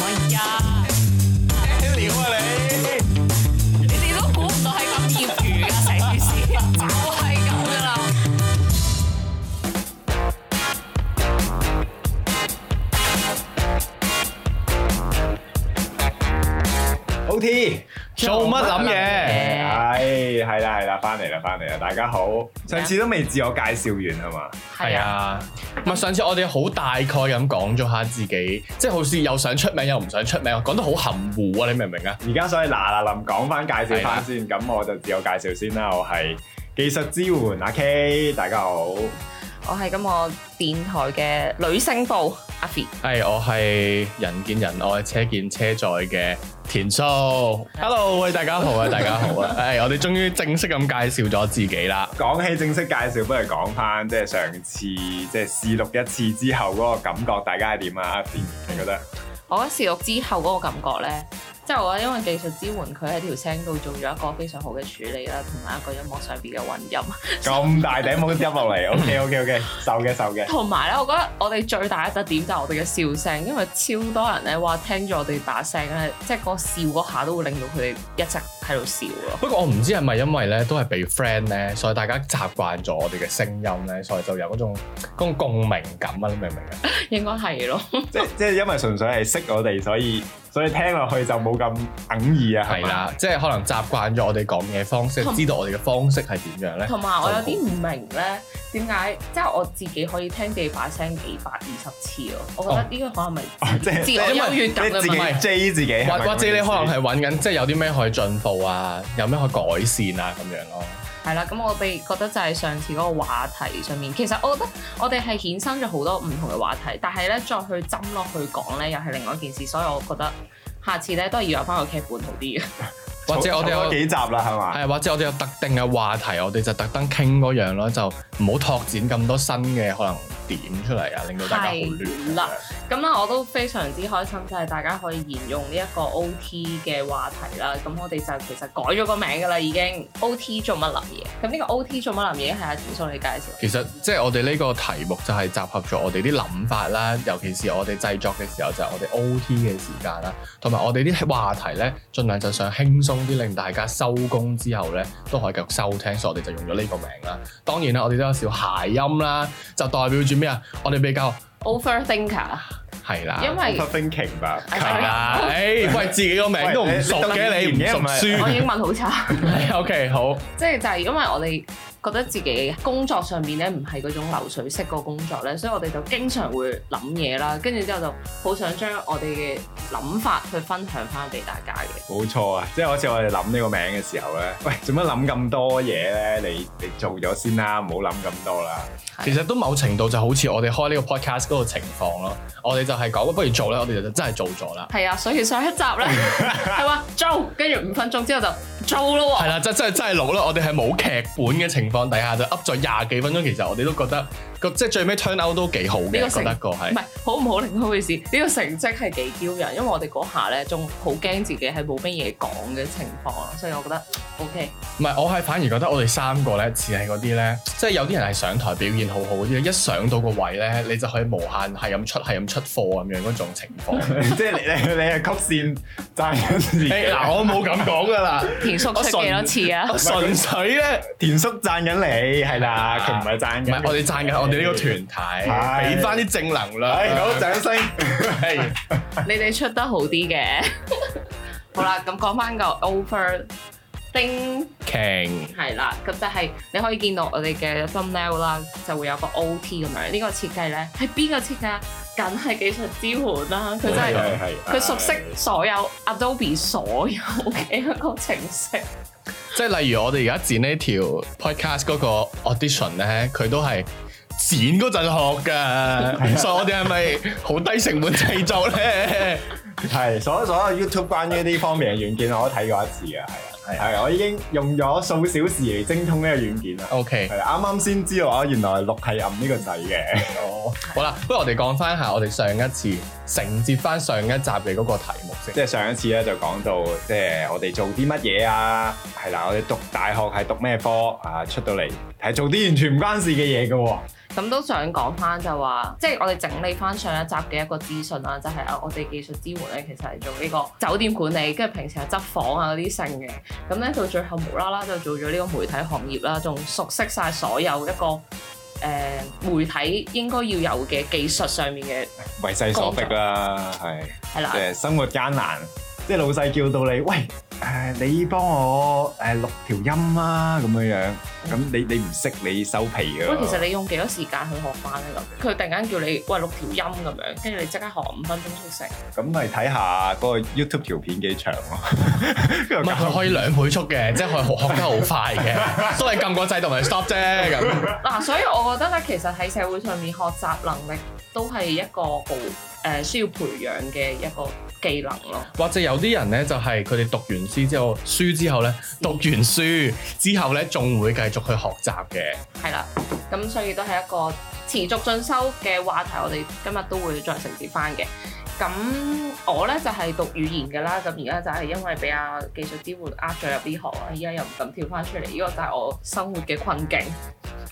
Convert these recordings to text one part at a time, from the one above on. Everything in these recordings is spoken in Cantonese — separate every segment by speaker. Speaker 1: 哎呀，
Speaker 2: 咩料啊你？
Speaker 1: 你哋都估唔到係咁業餘㗎成件事，就係咁噶啦。
Speaker 2: O T 做乜諗嘢？
Speaker 1: 嘢
Speaker 2: 係係啦係啦，翻嚟啦翻嚟啦，大家好。上次都未自我介紹完係嘛？
Speaker 3: 係，啊，唔係上次我哋好大概咁講咗下自己，即係好似又想出名又唔想出名，講得好含糊啊！你明唔明啊？
Speaker 2: 而家所以嗱嗱臨講翻介紹翻先，咁我就自我介紹先啦。我係技術支援阿 K，大家好。
Speaker 4: 我係咁我電台嘅女聲部阿 Fi，
Speaker 3: 係我係人見人愛車見車載嘅田叔，hello 喂大家好啊，大家好啊！誒，我哋終於正式咁介紹咗自己啦，
Speaker 2: 講起正式介紹，不如講翻即係上次即係試錄一次之後嗰個感覺，大家係點啊？阿 Fin，你覺得？
Speaker 4: 我覺得試錄之後嗰個感覺咧，即係我覺得因為技術支援佢喺條聲度做咗一個非常好嘅處理啦，同埋一個音樂上邊嘅混音，
Speaker 2: 咁大頂帽執落嚟，OK OK OK，受嘅受嘅。
Speaker 4: 同埋咧，我覺得我哋最大嘅特點就係我哋嘅笑聲，因為超多人咧話聽住我哋把聲咧，即係個笑嗰下都會令到佢哋一直喺度笑咯。
Speaker 3: 不過我唔知係咪因為咧都係被 friend 咧，所以大家習慣咗我哋嘅聲音咧，所以就有嗰種嗰種共鳴感啊！你明唔明啊？
Speaker 4: 應該係 咯，
Speaker 2: 即即係因為純粹係識我哋，所以所以聽落去就冇咁哽耳啊，係
Speaker 3: 係
Speaker 2: 嘛？
Speaker 3: 啦，即係可能習慣咗我哋講嘢方式，
Speaker 4: 同
Speaker 3: 知道我哋嘅方式係點樣咧。
Speaker 4: 同埋我有啲唔明咧，點解即係我自己可以聽自己把聲幾百二十次咯？我覺得呢個可能係咪
Speaker 2: 哦即係
Speaker 4: 自我優越
Speaker 2: 即
Speaker 4: 感
Speaker 2: 係
Speaker 4: 嘅
Speaker 2: 自
Speaker 4: 問題
Speaker 2: 己 J 自己係咪咁嘅意思，
Speaker 3: 或或者你可能係揾緊，即係有啲咩可以進步啊，有咩可以改善啊咁樣咯。
Speaker 4: 係啦，咁我哋覺得就係上次嗰個話題上面，其實我覺得我哋係衍生咗好多唔同嘅話題，但係咧再去針落去講咧，又係另外一件事，所以我覺得下次咧都係要有翻個劇本好啲嘅。
Speaker 2: 儲
Speaker 3: 或者我哋
Speaker 2: 儲咗
Speaker 3: 有
Speaker 2: 幾集啦，係嘛？
Speaker 3: 係或者我哋有特定嘅話題，我哋就特登傾嗰樣咯，就唔好拓展咁多新嘅可能點出嚟啊，令到大家好亂
Speaker 4: 係啦咁啊啦，我都非常之開心，就係、大家可以沿用呢一個 OT 嘅話題啦。咁我哋就其實改咗個名㗎啦，已經 OT 做乜諗嘢？咁呢個 OT 做乜諗嘢係阿田叔你介紹。
Speaker 3: 其實即係我哋呢個題目就係集合咗我哋啲諗法啦，尤其是我哋製作嘅時候就係我哋 O.T. 嘅時間啦，同埋我哋啲話題呢，盡量就想輕鬆啲，令大家收工之後呢都可以繼續收聽，所以我哋就用咗呢個名啦。當然啦，我哋都有少諧音啦，就代表住咩啊？我哋比較
Speaker 4: Overthinker，
Speaker 3: 係啦，
Speaker 4: 因為
Speaker 2: overthinking 吧。
Speaker 4: 係
Speaker 3: 係啦，誒喂，自己個名都唔熟嘅，
Speaker 2: 喂你
Speaker 3: 你唔
Speaker 2: 你
Speaker 3: 熟
Speaker 4: 我
Speaker 3: 書
Speaker 4: 英文好差。
Speaker 3: ，OK 好，
Speaker 4: 即係就係因為我哋覺得自己工作上面咧唔係嗰種流水式個工作咧，所以我哋就經常會諗嘢啦，跟住之後就好想將我哋嘅諗法去分享翻俾大家嘅。
Speaker 2: 冇錯啊，即係好似我哋諗呢個名嘅時候咧，喂，做乜諗咁多嘢咧？你你做咗先啦，唔好諗咁多 啦。
Speaker 3: 其實都某程度就好似我哋開呢個 podcast 嗰個情況咯，我哋就係講不如做咧，我哋就真係做咗啦。
Speaker 4: 係啊，所以上一集 咧係話做，跟住五分鐘之後就做咯
Speaker 3: 係啦，真真係真係老啦！我哋係冇劇本嘅情況底下就噏咗廿幾分鐘，其實我哋都覺得個即係最尾 turn out 都幾好
Speaker 4: 呢
Speaker 3: 嘅，
Speaker 4: 個
Speaker 3: 覺
Speaker 4: 成
Speaker 3: 得個
Speaker 4: 喎。
Speaker 3: 係
Speaker 4: 唔係好唔好另一回事，呢、個成績係幾驕人，因為我哋嗰下咧仲好驚自己係冇乜嘢講嘅情況，所以我覺得 OK。
Speaker 3: 唔係我係反而覺得我哋三個咧似係嗰啲咧，即係有啲人係上台表現好好嗰啲，一上到個位咧你就可以無限係咁出係咁出貨咁樣嗰種情況。
Speaker 2: 即係你你你係曲線爭緊自己，
Speaker 3: 誒嗱，我冇咁講噶啦，
Speaker 4: 田叔
Speaker 3: 我
Speaker 4: 出
Speaker 3: 純
Speaker 4: 幾多次啊？
Speaker 3: 我純粹咧，
Speaker 2: 田叔爭緊你係啦，佢唔係爭緊
Speaker 3: 唔係
Speaker 2: 你。
Speaker 3: 我哋讚緊我哋呢個團體，
Speaker 2: 係
Speaker 3: 俾翻啲正能
Speaker 2: 係
Speaker 3: 量。
Speaker 2: 好掌聲。
Speaker 3: 係
Speaker 4: 你哋出得好啲嘅。好啦，咁講翻個 over 丁
Speaker 3: King。
Speaker 4: 係啦，咁就係你可以見到我哋嘅 thumbnail 啦，就會有個 OT 咁樣。呢個設計咧係邊個設計啊？梗係技術支援啦，佢真係
Speaker 2: 係啊係
Speaker 4: 佢熟悉所有 Adobe 所有嘅一個程式。
Speaker 3: 即係例如我哋而家剪呢條 podcast 嗰個 audition 咧，佢都係剪嗰陣學㗎，所以我哋係咪好低成本製作咧？
Speaker 2: 係，所所有 YouTube 關於呢方面嘅軟件我都睇過一次嘅，係啊，係啊，我已經用咗數小時嚟精通呢個軟件啦。啊
Speaker 3: OK，
Speaker 2: 係啦，啱啱先知道啊，原來錄係暗呢個掣嘅。
Speaker 3: 哦，好啦，不如我哋講翻下我哋上一次承接翻上一集嘅嗰個題目 先。
Speaker 2: 即係上一次咧就講到，即係我哋做啲乜嘢啊？係啦，我哋讀大學係讀咩科啊？出到嚟係做啲完全唔關事嘅嘢嘅喎。
Speaker 4: 咁都想講翻就話，即係我哋整理翻上一集嘅一個資訊啦，就係、啊，我哋技術支援咧，其實係做呢個酒店管理，跟住平時係執房啊嗰啲性嘅。咁咧到最後無啦啦就做咗呢個媒體行業啦，仲熟悉晒所有一個誒、呃媒體應該要有嘅技術上面嘅
Speaker 2: 為勢所逼啦，係
Speaker 4: 係啦
Speaker 2: 即。係生活艱難，即係老細叫到你，喂誒，你幫我誒錄條音啦咁樣樣，咁你你唔識你收皮㗎
Speaker 4: 喂，
Speaker 2: 喎。
Speaker 4: 其實你用幾多時間去學翻咧？咁佢突然間叫你喂錄條音咁樣，跟住你即刻學五分鐘速成。
Speaker 2: 咁咪睇下嗰個 YouTube 條片幾長咯，跟
Speaker 3: 唔
Speaker 2: 住
Speaker 3: 係佢可以兩倍速嘅，即係佢學學得好快嘅，所以撳個掣同埋 stop 啫咁。
Speaker 4: 嗱、所以我覺得咧，其實喺社會上面學習能力都係一個好誒、呃需要培養嘅一個技能咯。
Speaker 3: 或者有啲人咧就係佢哋讀完書之後，書之後咧讀完書之後咧仲會繼續去學習嘅。
Speaker 4: 係啦，咁所以都係一個持續進修嘅話題，我哋今日都會再承接翻嘅。咁我咧就係、讀語言嘅啦，咁而家就係因為俾阿技術支援呃咗入呢行啦，而家又唔敢跳翻出嚟，呢、個就係我生活嘅困境。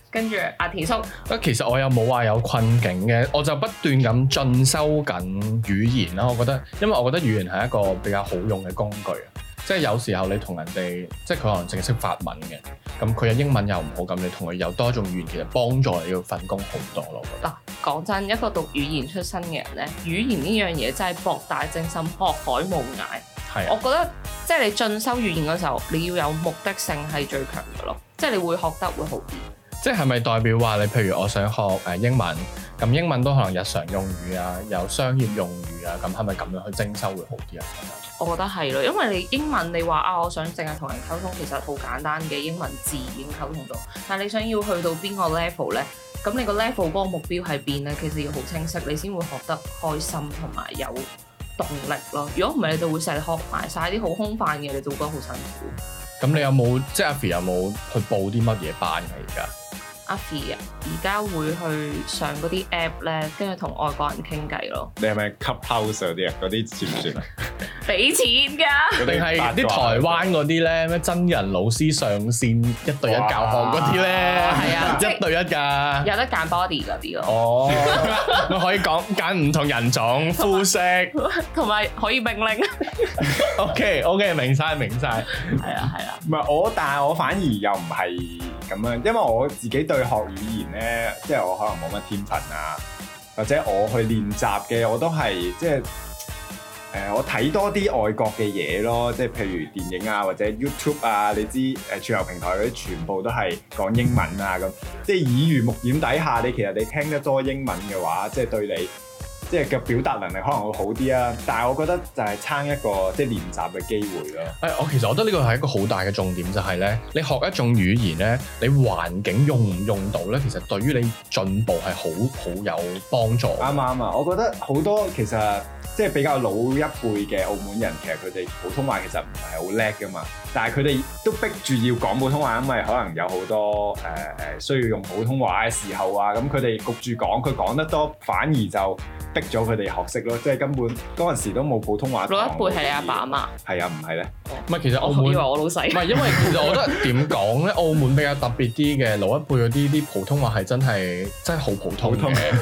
Speaker 4: 跟住阿田叔，
Speaker 3: 啊，其實我又冇話有困境嘅，我就不斷咁進修緊語言啦。我覺得，因為我覺得語言係一個比較好用嘅工具啊。即係有時候你同人哋，即係佢可能淨係識法文嘅，咁佢嘅英文又唔好，咁你同佢有多種語言，其實幫助你個份工好多咯。我覺得
Speaker 4: 嗱講真，一個讀語言出身嘅人咧，語言呢樣嘢真係博大精深，學海無涯。
Speaker 3: 係
Speaker 4: 我
Speaker 3: 啊，
Speaker 4: 覺得即係你進修語言嗰時候，你要有目的性係最強嘅咯，即係你會學得會好啲。
Speaker 3: 即係咪代表話你譬如我想學誒英文，咁英文都可能日常用語啊，有商業用語啊，咁係咪咁樣去精修會好啲啊？
Speaker 4: 我覺得係咯，因為你英文你話啊，我想淨係同人溝通，其實好簡單嘅英文字已經溝通到。但係你想要去到邊個 level 呢？咁你個 level 嗰個目標喺邊呢？其實要好清晰，你先會學得開心同埋有動力咯。如果唔係，你就會成日學埋晒啲好空泛嘅，你就會覺得好辛苦。
Speaker 3: 咁你有冇即係阿 Fi 有冇去報啲乜嘢班嘅而家？
Speaker 4: 阿 Fi 啊，而家會去上嗰啲 app 呢，跟住同外國人傾偈咯，
Speaker 2: 你係咪 Clubhouse 嗰啲啊？嗰啲算唔算啊？
Speaker 4: 俾錢㗎。
Speaker 2: 嗰
Speaker 3: 定係啲台灣嗰啲咧，咩真人老師上線一對一教學嗰啲咧，
Speaker 2: 哦
Speaker 4: 哇係啊
Speaker 3: 一對一㗎。
Speaker 4: 有得揀 body 嗰啲咯，
Speaker 3: 哦，咪可以講揀唔同人種、膚色。
Speaker 4: 同埋可以命 令。
Speaker 3: OK OK，明晒明晒。
Speaker 4: 係啊係啊，
Speaker 2: 唔係我，但係我反而又唔係咁樣，因為我自己對學語言咧，即係我可能冇乜天分啊，或者我去練習嘅我都係即係誒、呃我睇多啲外國嘅嘢咯，即係譬如電影啊，或者 YouTube 啊，你知誒、呃、串流平台嗰啲全部都係講英文啊咁，即係耳濡目染底下，你其實你聽得多英文嘅話，即係對你。即係嘅表達能力可能會好啲啊，但係我覺得就係撐一個即係練習嘅機會咯。
Speaker 3: 誒，哎我其實我覺得呢個係一個好大嘅重點，就係咧，你學一種語言咧，你環境用唔用到咧，其實對於你進步係好好有幫助。
Speaker 2: 啱啊啱啊！我覺得好多其實即係比較老一輩嘅澳門人，其實佢哋普通話其實唔係好叻噶嘛，但係佢哋都逼住要講普通話，因為可能有好多誒誒、呃需要用普通話嘅時候啊，咁佢哋焗住講，佢講得多反而就逼咗佢哋學識咯，即係根本嗰陣時都冇普通話。
Speaker 4: 老一輩係你阿爸阿？媽，
Speaker 2: 係啊，唔係咧，
Speaker 3: 唔係，其實澳
Speaker 4: 我
Speaker 3: 門
Speaker 4: 以為我老
Speaker 3: 唔
Speaker 4: 細。
Speaker 3: 係，因為其實我覺 得點講咧，澳門比較特別啲嘅老一輩嗰啲啲普通話係真係真係好普通
Speaker 2: 普通
Speaker 3: 嘅，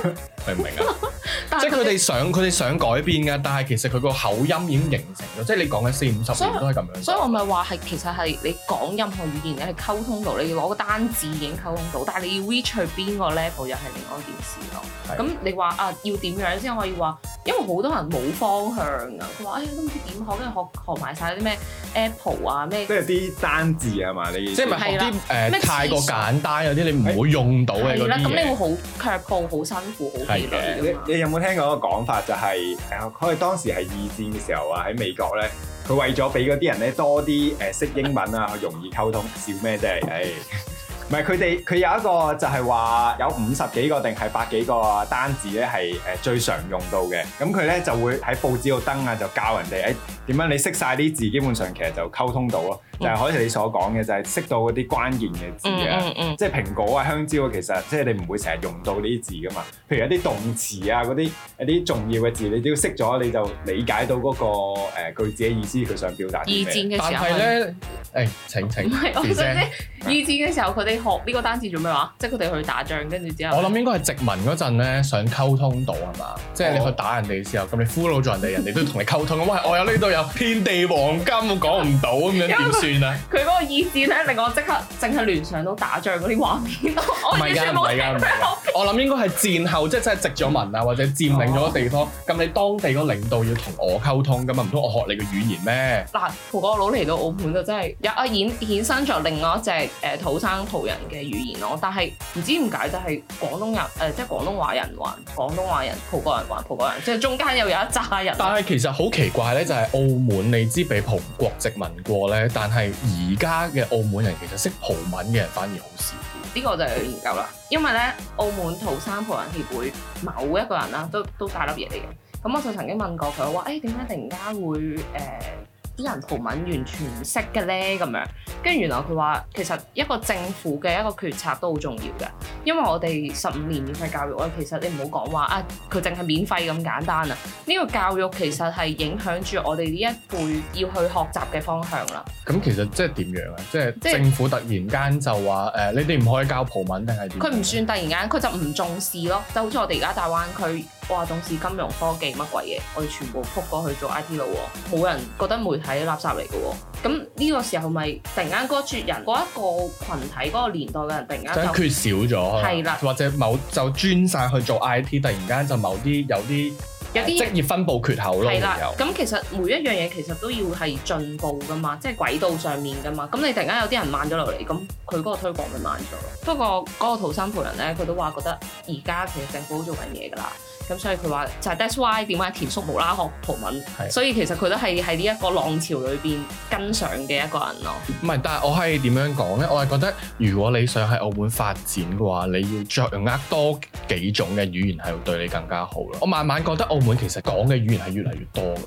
Speaker 3: 明唔明 啊？
Speaker 4: 但
Speaker 3: 即係佢哋想佢哋想改變㗎，但係其實佢個口音已經形成咗，即係你講緊四五十
Speaker 4: 所以
Speaker 3: 年都係咁樣講。
Speaker 4: 所以我咪話係其實係你講任何語言，你係溝通到，你要攞個單字已經溝通到，但係你要 reach 去邊個 level 又係另外一件事咯。
Speaker 3: 係
Speaker 4: 咁你話啊，要點樣先可以話？因為好多人冇方向啊，佢話哎呀都唔知點學，跟住學學埋晒啲咩 Apple 啊咩
Speaker 2: 即。係啲單字係嘛？你意
Speaker 3: 即
Speaker 2: 思
Speaker 3: 係咪學
Speaker 4: 係啦
Speaker 3: 啲
Speaker 4: 咩
Speaker 3: 誒太過簡單有啲你唔會用到嘅
Speaker 4: 係
Speaker 3: 嗰
Speaker 4: 啦，
Speaker 3: 啲
Speaker 4: 咁你會
Speaker 3: 嘢？
Speaker 4: 好卻步、好辛苦、好疲
Speaker 3: 係
Speaker 4: 累㗎嘛
Speaker 2: 你你有冇聽過一個講法就係、誒，佢哋當時係二戰嘅時候啊，喺美國咧，佢為咗俾嗰啲人咧多啲誒識英文啊，容易溝通，笑咩啫？誒、唔係佢哋佢有一個就係話有五十幾個定係百幾個單字咧係誒最常用到嘅，咁佢咧就會喺報紙度登啊，就教人哋誒點樣你識晒啲字，基本上其實就溝通到咯，就係好似你所講嘅，就係、識到嗰啲關鍵嘅字
Speaker 4: 嗯
Speaker 2: 啊。
Speaker 4: 嗯嗯，
Speaker 2: 即係蘋果啊、香蕉啊，其實即係你唔會成日用到呢啲字噶嘛。譬如一啲動詞啊、嗰啲一啲重要嘅字，你都要識咗，你就理解到嗰、個、呃、句子嘅意思，佢想表達
Speaker 4: 二
Speaker 2: 啲咩。
Speaker 4: 戰嘅
Speaker 3: 但
Speaker 4: 時候
Speaker 3: 係
Speaker 4: 係。嗯
Speaker 3: 咧，誒請
Speaker 4: 唔
Speaker 3: 請
Speaker 4: 係，我想知
Speaker 3: present
Speaker 4: 二戰嘅時候佢哋學呢個單字做咩話？即係佢哋去打仗，跟住之後
Speaker 3: 我諗應該係殖民嗰陣咧，想溝通到係嘛？即
Speaker 4: 哦
Speaker 3: 係你去打人哋嘅時候，咁你俘虜咗人哋，人哋都要同你溝通。喂，我有呢度有遍地黃金，我講唔到咁樣點算啊？
Speaker 4: 佢嗰個意戰咧，令我即刻淨係聯想到打仗嗰啲畫面， 我
Speaker 3: 唔
Speaker 4: 完
Speaker 3: 係㗎，唔
Speaker 4: 全冇
Speaker 3: 係㗎，唔係㗎。我諗應該係戰後，即係真係殖咗民啊，或者佔領咗個地方。咁你當地個領導要同我溝通啊㗎嘛？唔通我學你嘅語言咩？
Speaker 4: 嗱，葡國佬嚟到澳門就真係有啊衍衍生咗另外一隻誒、呃土生葡人嘅語言咯，但係唔知點解就係廣東人誒、呃即係廣東話人還廣東話人，葡國人還葡國人，即係中間又有一紮人。
Speaker 3: 但係其實好奇怪咧，就係、澳門你知被葡國殖民過咧，但係而家嘅澳門人其實識葡文嘅人反而好少。
Speaker 4: 呢個就有研究啦，因為咧澳門土生葡人協會某一個人啦，都都大粒嘢嚟嘅。咁我就曾經問過佢，我話誒點解突然間會誒啲、人葡文完全唔識嘅咧咁樣？跟住原來佢話其實一個政府嘅一個決策都好重要嘅，因為我哋十五年免費教育咧，其實你唔好講話啊，佢淨係免費咁簡單啊！呢、個教育其實係影響住我哋呢一輩要去學習嘅方向啦。
Speaker 3: 咁其實即係點樣啊？即係
Speaker 4: 即係
Speaker 3: 政府突然間就話誒、呃你哋唔可以教葡文定係點？
Speaker 4: 佢唔算突然間，佢就唔重視咯，就好似我哋而家大灣區，哇重視金融科技乜鬼嘢，我哋全部撲過去做 I T 佬喎，冇人覺得媒體垃圾嚟嘅喎。咁呢個時候咪突然間嗰一撮人，嗰一個群體嗰個年代嘅人，突然
Speaker 3: 即
Speaker 4: 間
Speaker 3: 係
Speaker 4: 就
Speaker 3: 缺少咗，
Speaker 4: 係啦
Speaker 3: 或者某就專晒去做 I T，突然間就某啲有啲
Speaker 4: 有啲
Speaker 3: 職業分佈缺口咯，會
Speaker 4: 係啦
Speaker 3: 有。
Speaker 4: 咁其實每一樣嘢其實都要係進步噶嘛，即係軌道上面噶嘛。咁你突然間有啲人慢咗落嚟，咁佢嗰個推廣咪慢咗咯。不過嗰個土生葡人咧，佢都話覺得而家其實政府都做緊嘢㗎啦。咁所以佢話就係 that's why 點解田叔無啦啦學葡
Speaker 3: 係
Speaker 4: 文，所以其實佢都係喺呢一個浪潮裏邊跟上嘅一個人咯。
Speaker 3: 唔係，但係我係點樣講呢？我係覺得，如果你想喺澳門發展嘅話，你要掌握多幾種嘅語言係會對你更加好咯。我慢慢覺得澳門其實講嘅語言係越嚟越多嘅，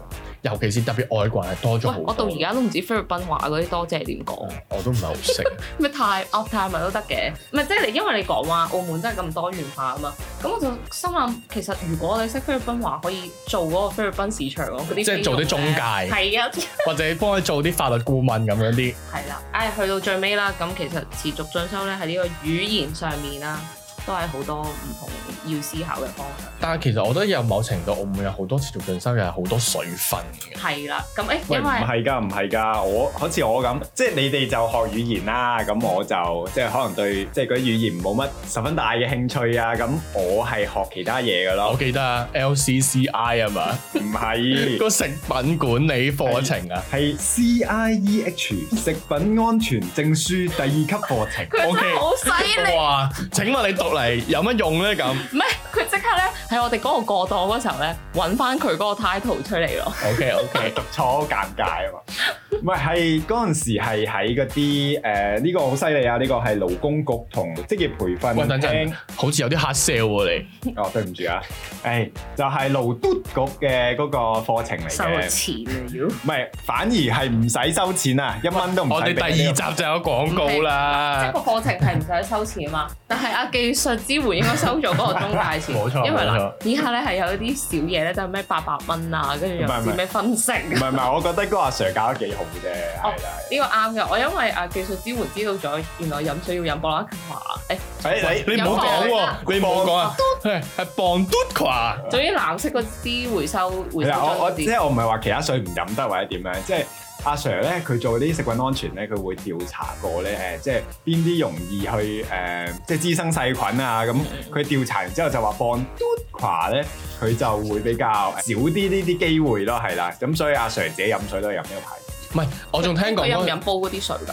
Speaker 3: 尤其是特別外國人係多咗
Speaker 4: 喂
Speaker 3: 好，多。哦
Speaker 4: 我到而家都唔知菲律賓話嗰啲多謝點講。
Speaker 3: 我都唔係好識。
Speaker 4: 咩泰啊泰文都得嘅，唔係即係你因為你講話澳門真係咁多元化啊嘛，咁我就心諗其實如果你識菲律賓話，可以做嗰個菲律賓市場咯，嗰啲
Speaker 3: 即係做啲
Speaker 4: 菲傭
Speaker 3: 中
Speaker 4: 咧
Speaker 3: 介
Speaker 4: 係啊，
Speaker 3: 或者幫佢做啲法律顧問咁樣啲。
Speaker 4: 係啦，唉、去到最尾啦，咁其實持續進修咧喺呢個語言上面啦，都係好多唔同要思考嘅方向。
Speaker 3: 但係其實我覺得有某程度，澳門有好多持續進修，又係好多水分嘅。
Speaker 4: 係啦，咁誒、欸
Speaker 2: 喂，
Speaker 4: 因
Speaker 2: 唔
Speaker 4: 為
Speaker 2: 係㗎，唔係㗎，我好似我咁，即係你哋就學語言啦，咁我就即係可能對即係嗰啲語言冇乜十分大嘅興趣啊，咁我係學其他嘢㗎
Speaker 3: 我
Speaker 2: 咯，
Speaker 3: 記得啊，LCCI 啊嘛，
Speaker 2: 唔係
Speaker 3: 個食品管理課程啊。
Speaker 2: 係 CIEH 食品安全證書第二級課程。
Speaker 4: 佢真
Speaker 3: OK
Speaker 4: 係好犀利，
Speaker 3: 哇！請問你讀嚟有乜用呢？咁
Speaker 4: 唔係佢即刻咧喺我哋嗰個過檔嗰時候咧揾翻佢嗰個 title 出嚟咯。
Speaker 3: OK
Speaker 2: 係
Speaker 3: OK，
Speaker 2: 讀錯好尷尬啊嘛！唔係係嗰陣時係喺嗰啲誒呢個好犀利啊！呢、個係勞工局同職業培訓
Speaker 3: 喂等陣
Speaker 2: 廳
Speaker 3: 好似有啲 hard sell 喎你。
Speaker 2: 哦，對唔住啊，誒、就係、勞督局嘅嗰個課程嚟
Speaker 4: 收咗
Speaker 2: 嘅，
Speaker 4: 錢啊！妖
Speaker 2: 唔係反而係唔使收錢啊，一蚊都唔
Speaker 3: 我
Speaker 2: 使
Speaker 3: 哋
Speaker 2: 俾
Speaker 3: 哦第二集就有廣告
Speaker 2: 啊
Speaker 4: 即係
Speaker 3: 啦
Speaker 4: 個。課程係唔使收錢啊嘛，但係啊技術支援應該收咗嗰個中介 錢，
Speaker 3: 冇錯
Speaker 4: 因為嗱
Speaker 3: 冇
Speaker 4: 以下咧係有一啲小嘢咧，就係咩八百蚊啊，跟住又唔知咩分成。
Speaker 2: 唔係唔係，我覺得嗰個阿 Sir 搞得幾好啫，係啦。
Speaker 4: 呢個啱嘅，我因為啊技術支援知道咗，原來飲水要飲布拉格 華，誒、
Speaker 2: 誒
Speaker 3: 你唔好講喎，你唔好講啊，係係磅嘟垮。
Speaker 4: 總之藍色嗰支回收回
Speaker 2: 你係
Speaker 4: 收
Speaker 2: 啦，啊我我
Speaker 4: 樽嗰
Speaker 2: 即
Speaker 4: 支，
Speaker 2: 係我唔係話其他水唔飲得或者點樣，即係阿 Sir 咧，佢做啲食品安全咧，佢會調查過咧誒，即係邊啲容易去誒、即係滋生細菌啊
Speaker 4: 嗯
Speaker 2: 咁。佢調查完之後就話放嘟垮咧，佢就會比較少啲呢啲機會咯，係啦。咁所以阿 Sir 自己飲水都係飲呢個牌子。
Speaker 3: 唔係，我仲聽講
Speaker 4: 佢飲唔
Speaker 3: 嗰
Speaker 4: 飲煲嗰啲水㗎？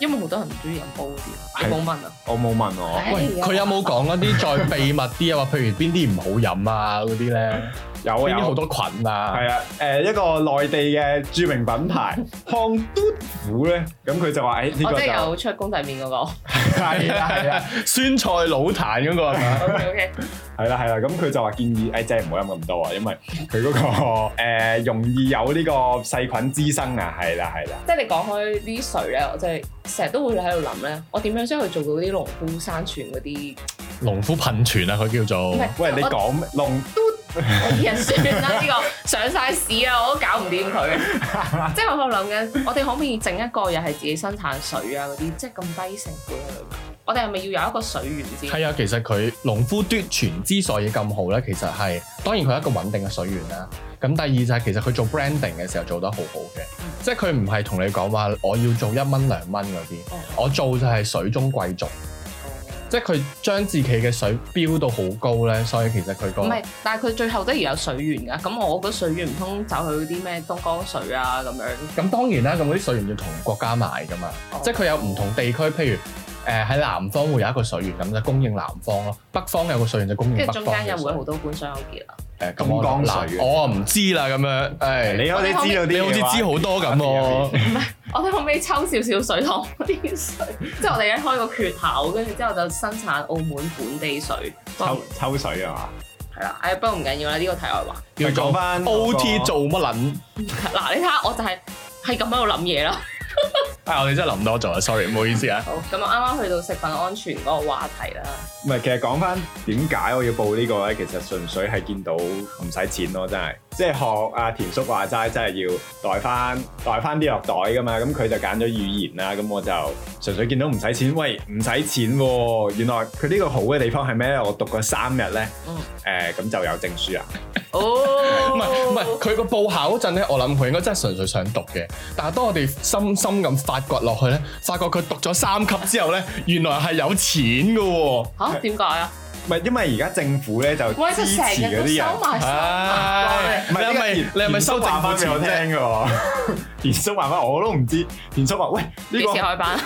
Speaker 4: 因為好多人唔中意飲煲嗰啲，你冇問啊？
Speaker 2: 我冇問 我
Speaker 4: 唉
Speaker 3: 喂，佢有冇講嗰啲再秘密啲啊？話譬如邊啲唔好飲啊嗰啲咧，
Speaker 2: 有啊
Speaker 3: 邊啲好
Speaker 2: 有。
Speaker 3: 多菌啊。
Speaker 2: 係啊，誒、一個內地嘅著名品牌 康嘟虎咧，咁佢就話誒呢
Speaker 4: 我
Speaker 2: 個
Speaker 4: 哦即係
Speaker 2: 就
Speaker 4: 有出公仔 面嗰個。
Speaker 2: 係啦係啦。
Speaker 3: 啊酸菜老坛嗰個係嘛？
Speaker 4: OK OK，
Speaker 2: 係啦係啦，咁佢就話建議，誒即係唔好飲咁多啊，因為佢嗰、個、 呃、容易有呢個細菌滋生啊，係啦係啦，
Speaker 4: 即係你講開呢啲水咧，我就係成日都會喺度諗咧，我點樣先可以做到啲農夫山泉嗰啲？
Speaker 3: 農夫噴泉啊，佢叫做
Speaker 4: 唔係
Speaker 2: 喂你講咩龍
Speaker 4: 我啲人算啦，呢個上晒市啊，我都搞唔掂 佢。即係我喺度諗緊，我哋可唔可以整一個又係自己生產水啊嗰啲，即係咁低成本嘅裏面？我哋係咪要有一個水源先？
Speaker 3: 係啊，其實佢農夫嘟泉之所以咁好咧，其實係當然佢係一個穩定嘅水源啦。咁第二就係其實佢做 branding 嘅時候做得好好嘅，
Speaker 4: 嗯
Speaker 3: 即係佢唔係同你講話我要做一蚊兩蚊嗰啲，
Speaker 4: 哦
Speaker 3: 我做就係水中貴族，即係佢將自己嘅水標到好高咧，所以其實佢個
Speaker 4: 唔係，但係佢最後都要有水源㗎。咁我嗰水源唔通走去啲咩東江水啊咁樣？
Speaker 3: 咁當然啦，咁嗰啲水源要同國家買噶嘛，
Speaker 4: 哦
Speaker 3: 即係佢有唔同地區，譬如誒喺南方會有一個水源咁就供應南方咯，北方有個水源就供應
Speaker 4: 跟
Speaker 3: 北方
Speaker 4: 住中間
Speaker 3: 嘅
Speaker 4: 又會
Speaker 3: 水
Speaker 4: 好。多官商勾結啊啦。
Speaker 3: 誒咁
Speaker 2: 東
Speaker 3: 我
Speaker 2: 江
Speaker 3: 嗱
Speaker 2: 水源
Speaker 3: 我唔知啦咁樣，誒
Speaker 2: 你好似知道啲嘢，
Speaker 3: 你好似知好多咁喎。
Speaker 4: 我哋可唔可以抽少少水塘嗰啲水？即係我哋而家開個缺口，跟住之後就生產澳門本地水。不過
Speaker 2: 抽抽水啊嘛。
Speaker 4: 係啦，誒不過唔緊要啦，呢個題外話。
Speaker 3: 叫
Speaker 2: 講
Speaker 3: 做
Speaker 2: 返
Speaker 3: OT 做乜撚？
Speaker 4: 嗱，你睇下我就係係咁喺度諗嘢啦。
Speaker 3: 啊，我哋真係諗多咗，sorry，唔好意思啊。
Speaker 4: 好，咁啊啱啱去到食品安全嗰個話題啦。
Speaker 2: 唔係，其實講翻點解我要報呢個咧，其實純粹係見到唔使錢咯，真係，即係學阿田叔話齋，真係要袋翻袋翻啲落袋噶嘛。咁佢就揀咗語言啦，咁我就純粹見到唔使錢，喂，唔使錢喎、原來佢呢個好嘅地方係咩咧？我讀過三日咧，誒、
Speaker 4: 嗯
Speaker 2: 咁就有證書啊。
Speaker 4: 哦，
Speaker 3: 唔
Speaker 4: 唔
Speaker 3: 係唔係，佢個報考嗰陣咧，我諗佢應該真係純粹想讀嘅。但係當我哋深深咁發掘落去咧，發覺佢讀咗三級之後咧，原來係有錢嘅喎。
Speaker 4: 嚇點解啊？
Speaker 2: 唔係因為而家政府咧就支
Speaker 4: 喂，
Speaker 2: 持
Speaker 4: 佢成日
Speaker 2: 嗰
Speaker 4: 都
Speaker 2: 啲人。
Speaker 4: 收埋收
Speaker 3: 唉
Speaker 4: 埋。
Speaker 2: 唔
Speaker 3: 你係咪
Speaker 2: 呢個
Speaker 3: 你係咪
Speaker 2: 田
Speaker 3: 收
Speaker 2: 叔話
Speaker 3: 政府
Speaker 2: 返俾我
Speaker 3: 錢啫
Speaker 2: 聽嘅喎？ 田叔話翻我都唔知。田叔話：喂，呢、
Speaker 4: 幾時
Speaker 2: 個
Speaker 4: 開班？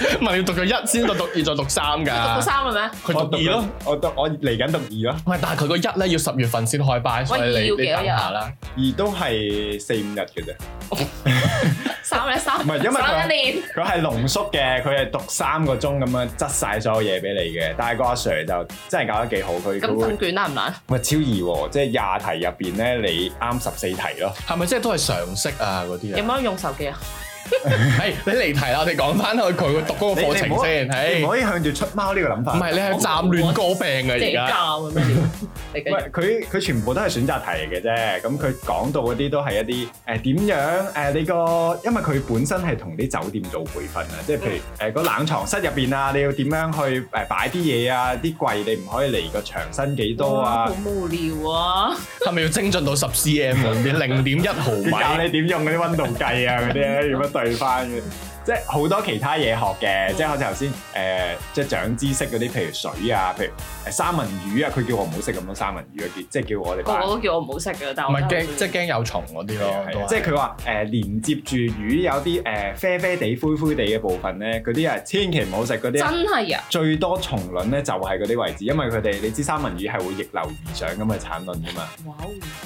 Speaker 3: 唔係你要讀咗一先到讀二再讀三
Speaker 4: 讀到
Speaker 3: 㗎。
Speaker 4: 三啦咩？
Speaker 3: 佢
Speaker 2: 我
Speaker 3: 讀二咯。，
Speaker 2: 我讀我嚟緊讀二咯，
Speaker 3: 唔係，但係佢個一咧要十月份先開班，所以
Speaker 4: 喂二要
Speaker 3: 你
Speaker 4: 幾
Speaker 3: 你
Speaker 4: 多
Speaker 3: 等
Speaker 4: 日啊
Speaker 3: 下啦。
Speaker 2: 二都係四五日嘅啫。
Speaker 4: 三咧三，
Speaker 2: 唔係因為佢
Speaker 4: 三一年。
Speaker 2: 佢係濃縮嘅，佢係讀三個鐘咁樣執晒所有嘢俾你嘅。但係個阿 Sir 就真係搞得幾好，佢佢
Speaker 4: 咁
Speaker 2: 會
Speaker 4: 份卷難唔難？
Speaker 2: 喂超易喎，即係廿題入邊咧，你啱十四題咯。
Speaker 3: 係咪即係都係常識啊嗰啲
Speaker 4: 有
Speaker 3: 啊？
Speaker 4: 冇得用手機啊？
Speaker 3: 係你離題啦，我哋講翻去佢讀嗰
Speaker 2: 你
Speaker 3: 個課
Speaker 2: 你唔
Speaker 3: 程
Speaker 2: 好
Speaker 3: 先。
Speaker 2: 你
Speaker 3: 係
Speaker 2: 唔可以向住出貓呢個諗法。
Speaker 3: 唔係你係站亂歌病
Speaker 4: 借教
Speaker 3: 啊
Speaker 4: 咁 樣料，你繼
Speaker 2: 喂
Speaker 4: 續。，
Speaker 2: 佢佢全部都係選擇題嚟嘅啫，咁佢講到嗰啲都係一啲誒點樣誒你個，因為佢本身係同啲酒店做培訓啊，即係譬如誒、
Speaker 4: 嗯
Speaker 2: 個冷藏室入邊啊，你要點樣去誒擺啲嘢啊，啲櫃你唔可以離個牆身幾多
Speaker 4: 哇
Speaker 2: 啊
Speaker 4: 好，無聊啊！
Speaker 3: 而家，係咪要精進到十 cm 嗰啲零點一毫
Speaker 2: 要教
Speaker 3: 米？
Speaker 2: 你點用嗰啲温度計啊嗰啲 咧，要乜對翻嘅，即係好多其他嘢學
Speaker 4: 嗯
Speaker 2: 嘅，即係好似頭先誒即係長知識嗰啲，譬如水啊，譬如誒三文魚啊，佢叫我唔好食咁多三文魚啊，即係叫我哋
Speaker 4: 個
Speaker 2: 班
Speaker 4: 個都叫我唔好食嘅，但
Speaker 3: 唔
Speaker 4: 我
Speaker 3: 係
Speaker 4: 真係好
Speaker 3: 驚，即
Speaker 4: 中
Speaker 3: 係
Speaker 4: 意
Speaker 3: 驚有蟲嗰啲咯
Speaker 2: 係啊，
Speaker 3: 都係。
Speaker 2: 即係佢話誒連接住魚有啲誒、呃啡啡地灰灰地嘅部分咧，嗰啲係千祈唔好食嗰啲啊。
Speaker 4: 真係啊！
Speaker 2: 最多蟲卵咧就係嗰啲位置，因為佢哋你知三文魚係會逆流而上咁去產卵噶 嘛。
Speaker 4: 哇！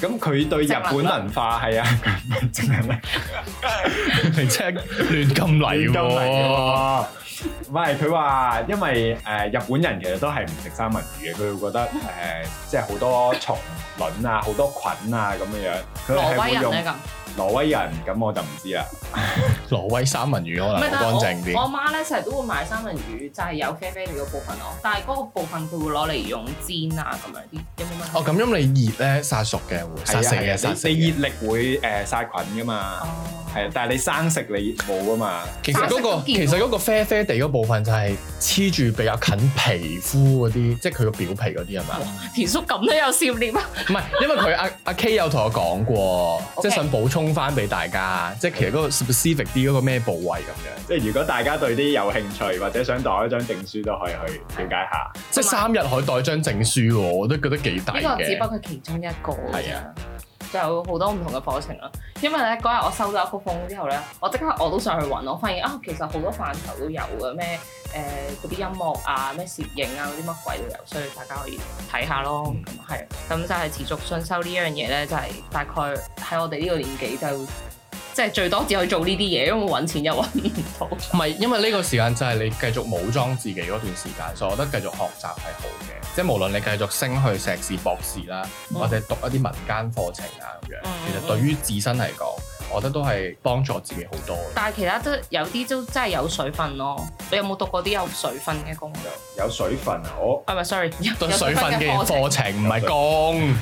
Speaker 2: 咁佢對日本文化係啊，真係咩？
Speaker 3: 你即係亂咁嚟
Speaker 2: 亂咁嚟
Speaker 3: 喎。
Speaker 2: 喎唔係佢話，因為誒、呃日本人其實都係唔食三文魚嘅，佢會覺得誒、呃即係好多蟲卵啊，好多菌啊咁樣樣。佢哋
Speaker 4: 挪
Speaker 2: 係
Speaker 4: 威
Speaker 2: 會
Speaker 4: 人咧
Speaker 2: 用
Speaker 4: 咁，
Speaker 2: 挪威人，咁我就唔知啊啦。
Speaker 3: 挪威三文魚可
Speaker 4: 唔
Speaker 3: 能
Speaker 4: 係
Speaker 3: 好
Speaker 4: 但係
Speaker 3: 啊乾淨
Speaker 4: 我
Speaker 3: 啲。
Speaker 4: 我媽咧成日都會買三文魚，就係有啡啡地嗰部分咯，但係嗰個部分佢會攞嚟用煎啊咁樣啲，有冇乜？
Speaker 3: 哦，咁因為你熱咧殺熟嘅會，殺死
Speaker 2: 係啊係
Speaker 3: 嘅
Speaker 2: 啊
Speaker 3: 殺死
Speaker 2: 你你
Speaker 3: 嘅。
Speaker 2: 熱力會誒殺菌噶嘛，
Speaker 4: 哦，
Speaker 2: 係啊，但係你生食你冇噶嘛，
Speaker 3: 其實嗰、
Speaker 4: 殺熟
Speaker 3: 個
Speaker 4: 都見
Speaker 3: 其實嗰個啡啡地嗰部分就係黐住比較近皮膚嗰啲，即係佢個表皮嗰啲係啊嘛？
Speaker 4: 田叔咁都有笑臉啊！
Speaker 3: 唔係，因為佢阿阿 K 有同我講過，即
Speaker 4: OK
Speaker 3: 係想補充翻俾大家，即係其實嗰個 specific 啲嗰個咩部位咁樣，
Speaker 2: 即係如果大家對啲有興趣或者想袋一張證書都可以去了解下。
Speaker 3: 即係三日可以袋張證書喎，我都覺得幾抵
Speaker 4: 呢個只不
Speaker 3: 嘅。
Speaker 4: 過其中一個
Speaker 3: 係
Speaker 4: 係啊，就有好多唔同嘅課程啦。因為咧嗰日我收到一個風之後咧，我即刻我都上去揾，我發現啊其實好多範疇都有嘅，咩誒嗰啲音樂啊、咩攝影啊嗰啲乜鬼都有，所以大家可以睇下咯。咁
Speaker 3: 嗯
Speaker 4: 係，咁就係持續進修呢樣嘢咧，就係、大概喺我哋呢個年紀就即係最多只可以做呢啲嘢，因為揾錢又揾唔到。
Speaker 3: 唔係，因為呢個時間就係你繼續武裝自己嗰段時間，所以我覺得繼續學習係好嘅，即係無論你繼續升去碩士、博士啦，
Speaker 4: 嗯
Speaker 3: 或者讀一啲民間課程啊咁樣，
Speaker 4: 嗯
Speaker 3: 其實對於自身嚟講，我覺得都係幫助自己好多嘅。
Speaker 4: 但係其他都有啲都真係有水分咯。你有冇讀過啲有水分嘅工？
Speaker 2: 有水分啊，我
Speaker 4: 啊唔係，sorry，有
Speaker 3: 對
Speaker 4: 有
Speaker 3: 水分嘅
Speaker 4: 課程
Speaker 3: 課程唔係工，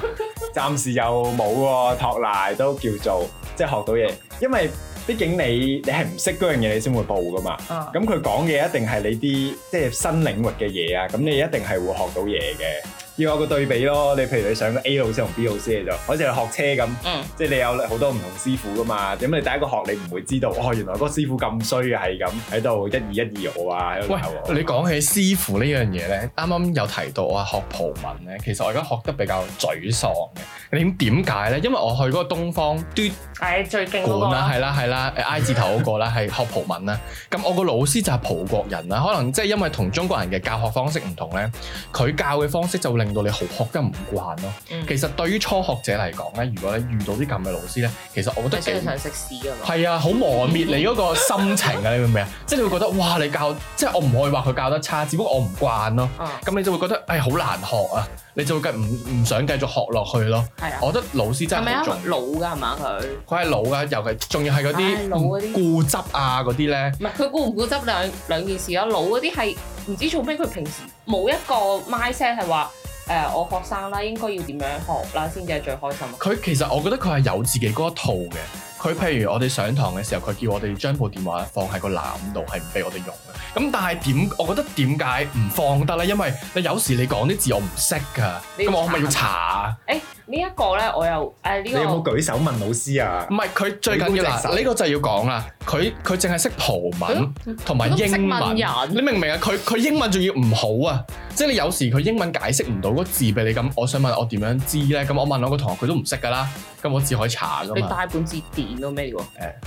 Speaker 2: 暫時又冇喎，托賴都叫做即係學到嘢，因為畢竟你你係唔識嗰樣嘢，你先會報噶嘛。
Speaker 4: 啊
Speaker 2: 咁佢講嘅一定係你啲即係新領域嘅嘢啊，咁你一定係會學到嘢嘅。要有個對比咯，你譬如你上個 A 老師同 B 老師你就好似你學車咁，
Speaker 4: 嗯
Speaker 2: 即係你有好多唔同師傅噶嘛。咁你第一個學你唔會知道，哦原來嗰個師傅咁衰嘅係咁喺度一二一二我啊，喺度鬧我
Speaker 3: 喂，你講起師傅呢樣嘢咧，啱啱有提到我係學葡文咧，其實我而家學得比較沮喪嘅。你點解咧？因為我去嗰個東方嘟
Speaker 4: 係最勁嗰個啊
Speaker 3: 館啦，
Speaker 4: 啦
Speaker 3: 係啦係啦，誒 I 字頭嗰個啦，係學葡文啦。咁我個老師就係葡國人啦，可能即係因為同中國人嘅教學方式唔同咧，佢教嘅方式就令到你好學得唔慣咯。
Speaker 4: 嗯
Speaker 3: 其實對於初學者嚟講咧，如果你遇到啲咁嘅老師咧，其實我覺得
Speaker 4: 係需要
Speaker 3: 幾
Speaker 4: 上食屎啊嘛。
Speaker 3: 係啊，好磨滅你嗰個心情啊！你明唔明啊？即係你會覺得哇，你教即係我唔可以話佢教得差，只不過我唔慣咯。
Speaker 4: 啊，
Speaker 3: 咁你就會覺得誒哎好難學啊，你就會繼唔唔想繼續學落去咯。
Speaker 4: 係啊。
Speaker 3: 我覺得老師真
Speaker 4: 係咪
Speaker 3: 係
Speaker 4: 啊
Speaker 3: 好重？要，
Speaker 4: 老㗎係嘛佢？
Speaker 3: 佢係老啊，尤其仲要係嗰
Speaker 4: 唉老嗰
Speaker 3: 啲
Speaker 4: 啲
Speaker 3: 固執啊嗰啲咧。
Speaker 4: 唔係佢固唔固執兩兩件事啊，老嗰啲係唔知做咩，佢平時冇一個 mindset 係話誒我學生啦，應該要點樣學啦先至係最開心。啊
Speaker 3: 佢其實我覺得佢係有自己嗰一套嘅。佢譬如我哋上堂嘅時候，佢叫我哋將部電話放喺個籃度，係唔俾我哋用嘅。咁但係點？我覺得點解唔放得咧？因為你有時你講啲字我唔識㗎，
Speaker 4: 你要
Speaker 3: 咁我咪要
Speaker 4: 查
Speaker 3: 查啊。
Speaker 4: 誒呢一個咧，我又誒
Speaker 2: 你有冇
Speaker 4: 呢
Speaker 2: 舉手問老 師啊
Speaker 3: 唔？係佢最緊要啦，
Speaker 2: 你估隻手
Speaker 3: 呢個就要講啦。佢佢淨係識葡文
Speaker 4: 個
Speaker 3: 同埋英
Speaker 4: 佢都唔
Speaker 3: 文
Speaker 4: 識問，
Speaker 3: 你
Speaker 4: 人
Speaker 3: 明唔明啊？佢佢英文仲要唔好啊！即係你有時佢英文解釋唔到個字俾你咁，我想問我點樣知咧？咁我問我個同學，佢都唔識㗎啦。咁我只可以查㗎
Speaker 4: 你
Speaker 3: 嘛。
Speaker 4: 帶本字典都咩喎？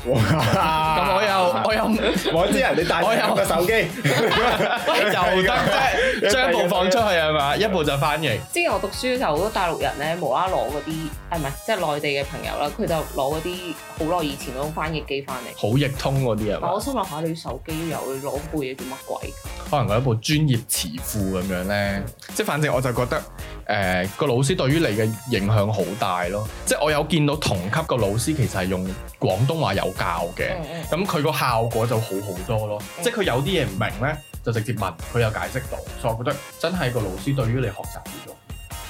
Speaker 3: 咁
Speaker 2: 咁
Speaker 3: 我又我又
Speaker 2: 我知人哋帶
Speaker 3: 我有
Speaker 2: 住個手機，
Speaker 3: 又得啫，將部放出去係嘛？一部就翻譯。
Speaker 4: 之前我讀書嘅時候，好多大陸人咧無啦啦攞嗰啲，誒唔係即係內地嘅朋友啦，佢就攞嗰啲好耐以前嗰種翻譯機翻嚟。
Speaker 3: 好易通嗰啲啊
Speaker 4: 但我
Speaker 3: 嘛，
Speaker 4: 心諗下，你手機有你攞背嘢做乜鬼？
Speaker 3: 可能佢一部專業詞庫咁樣咧，即係反正我就覺得誒個、老師對於你嘅影響好大咯。即係我有見到同級個老師其實係用廣東話有教嘅，
Speaker 4: 嗯嗯，
Speaker 3: 咁佢個效果就好好多咯。
Speaker 4: 嗯
Speaker 3: 即係佢有啲嘢唔明咧，就直接問佢又解釋到，所以我覺得真係個老師對於你學習好重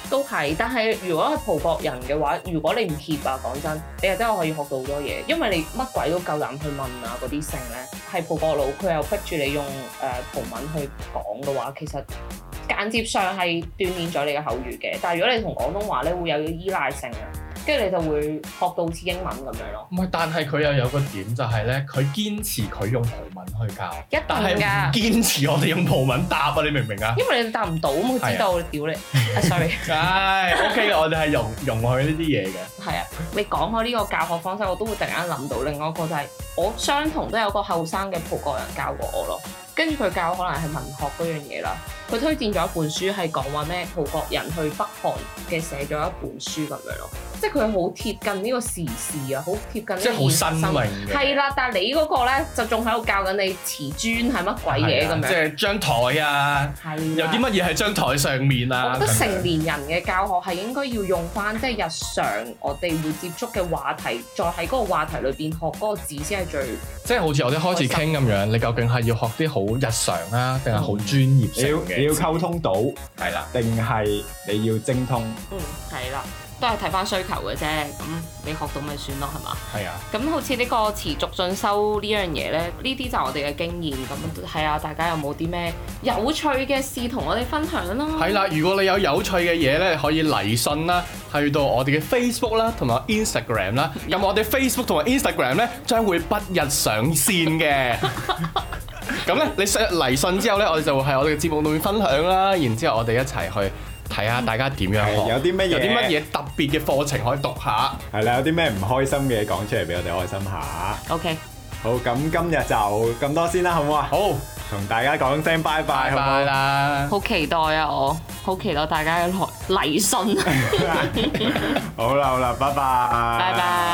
Speaker 4: 都係。但係如果係葡國人嘅話，如果你唔怯啊，講真，你係真係可以學到好多嘢，因為你乜鬼都夠膽去問啊嗰啲性咧，係葡國佬佢又逼住你用誒、呃葡文去講嘅話，其實間接上係鍛鍊咗你嘅口語嘅。但係如果你同廣東話咧，會有依賴性啊，跟住你就會學到好似英文咁樣
Speaker 3: 要。
Speaker 4: 咯。
Speaker 3: 唔係，但係佢又有個點就係咧，佢堅持佢用葡文去教，
Speaker 4: 一定
Speaker 3: 但係唔
Speaker 4: 㗎。
Speaker 3: 堅持我哋用葡文答啊！你明唔明啊？
Speaker 4: 因為你答唔到，咁佢知道你屌你。啊，sorry，
Speaker 3: 唉，OK 啦，我哋係容容許呢啲嘢嘅。
Speaker 4: 係啊，你講開呢個教學方式，我都會突然間諗到另外一個就係、我相同都有個後生嘅葡國人教過我咯。跟住佢教可能係文學嗰樣嘢啦，佢推薦咗一本書係講話咩葡國人去北韓嘅寫咗一本書咁樣咯，即係佢好貼近呢個時事啊，好貼近呢個
Speaker 3: 即係好
Speaker 4: 現實
Speaker 3: 新
Speaker 4: 生活
Speaker 3: 穎嘅，
Speaker 4: 係啦，但係你嗰個咧就仲喺度教緊你瓷磚係乜鬼嘢咁
Speaker 3: 係啊即
Speaker 4: 樣，
Speaker 3: 係張台啊，
Speaker 4: 係啦
Speaker 3: 有啲乜嘢喺張台上面
Speaker 4: 我
Speaker 3: 啊
Speaker 4: 覺，得成年人嘅教學係應該要用翻即係日常我哋會接觸嘅話題，再喺嗰個話題裏邊學嗰個字先係最
Speaker 3: 即係好似我哋開始傾咁樣，你究竟係要學啲好日常啊，定係
Speaker 4: 嗯
Speaker 3: 好專業
Speaker 2: 你
Speaker 3: 性
Speaker 2: 要
Speaker 3: 嘅？
Speaker 2: 你要溝通到，
Speaker 3: 係啦，
Speaker 2: 定係你要精通？
Speaker 4: 嗯係啦，都係睇翻需求嘅啫。咁你學到咪算咯，係嘛？
Speaker 3: 係啊，
Speaker 4: 咁好似呢個持續進修呢樣嘢呢，呢啲就係我哋嘅經驗。咁係啊，大家有冇啲咩有趣嘅事同我哋分享啦？
Speaker 3: 係啦。如果你有有趣嘅嘢咧，可以嚟信啦，去到我哋嘅 Facebook 啦，同埋 Instagram 啦。
Speaker 2: 嗯
Speaker 3: 咁我哋 Facebook 同埋 Instagram 咧，將會不日上 線嘅。咁咧，你上嚟信之後咧，我哋就會喺我哋嘅節目裏面分享啦，然之後我哋一齊去睇下大家點樣學
Speaker 2: 係。有啲乜嘢？
Speaker 3: 有啲乜？嘢特別嘅課程可以讀下？
Speaker 2: 係啦，有啲咩唔開心嘅講出嚟俾我哋開心下。
Speaker 4: OK，
Speaker 2: 好，咁今日就咁多先啦，好唔好啊？
Speaker 3: 好，
Speaker 2: 同大家講聲拜拜，
Speaker 3: 拜
Speaker 2: 好唔好
Speaker 3: 拜？啦！
Speaker 4: 好期待啊！我好 期待大家嘅來嚟信，
Speaker 2: 好啦，好啦，拜拜，
Speaker 4: 拜拜。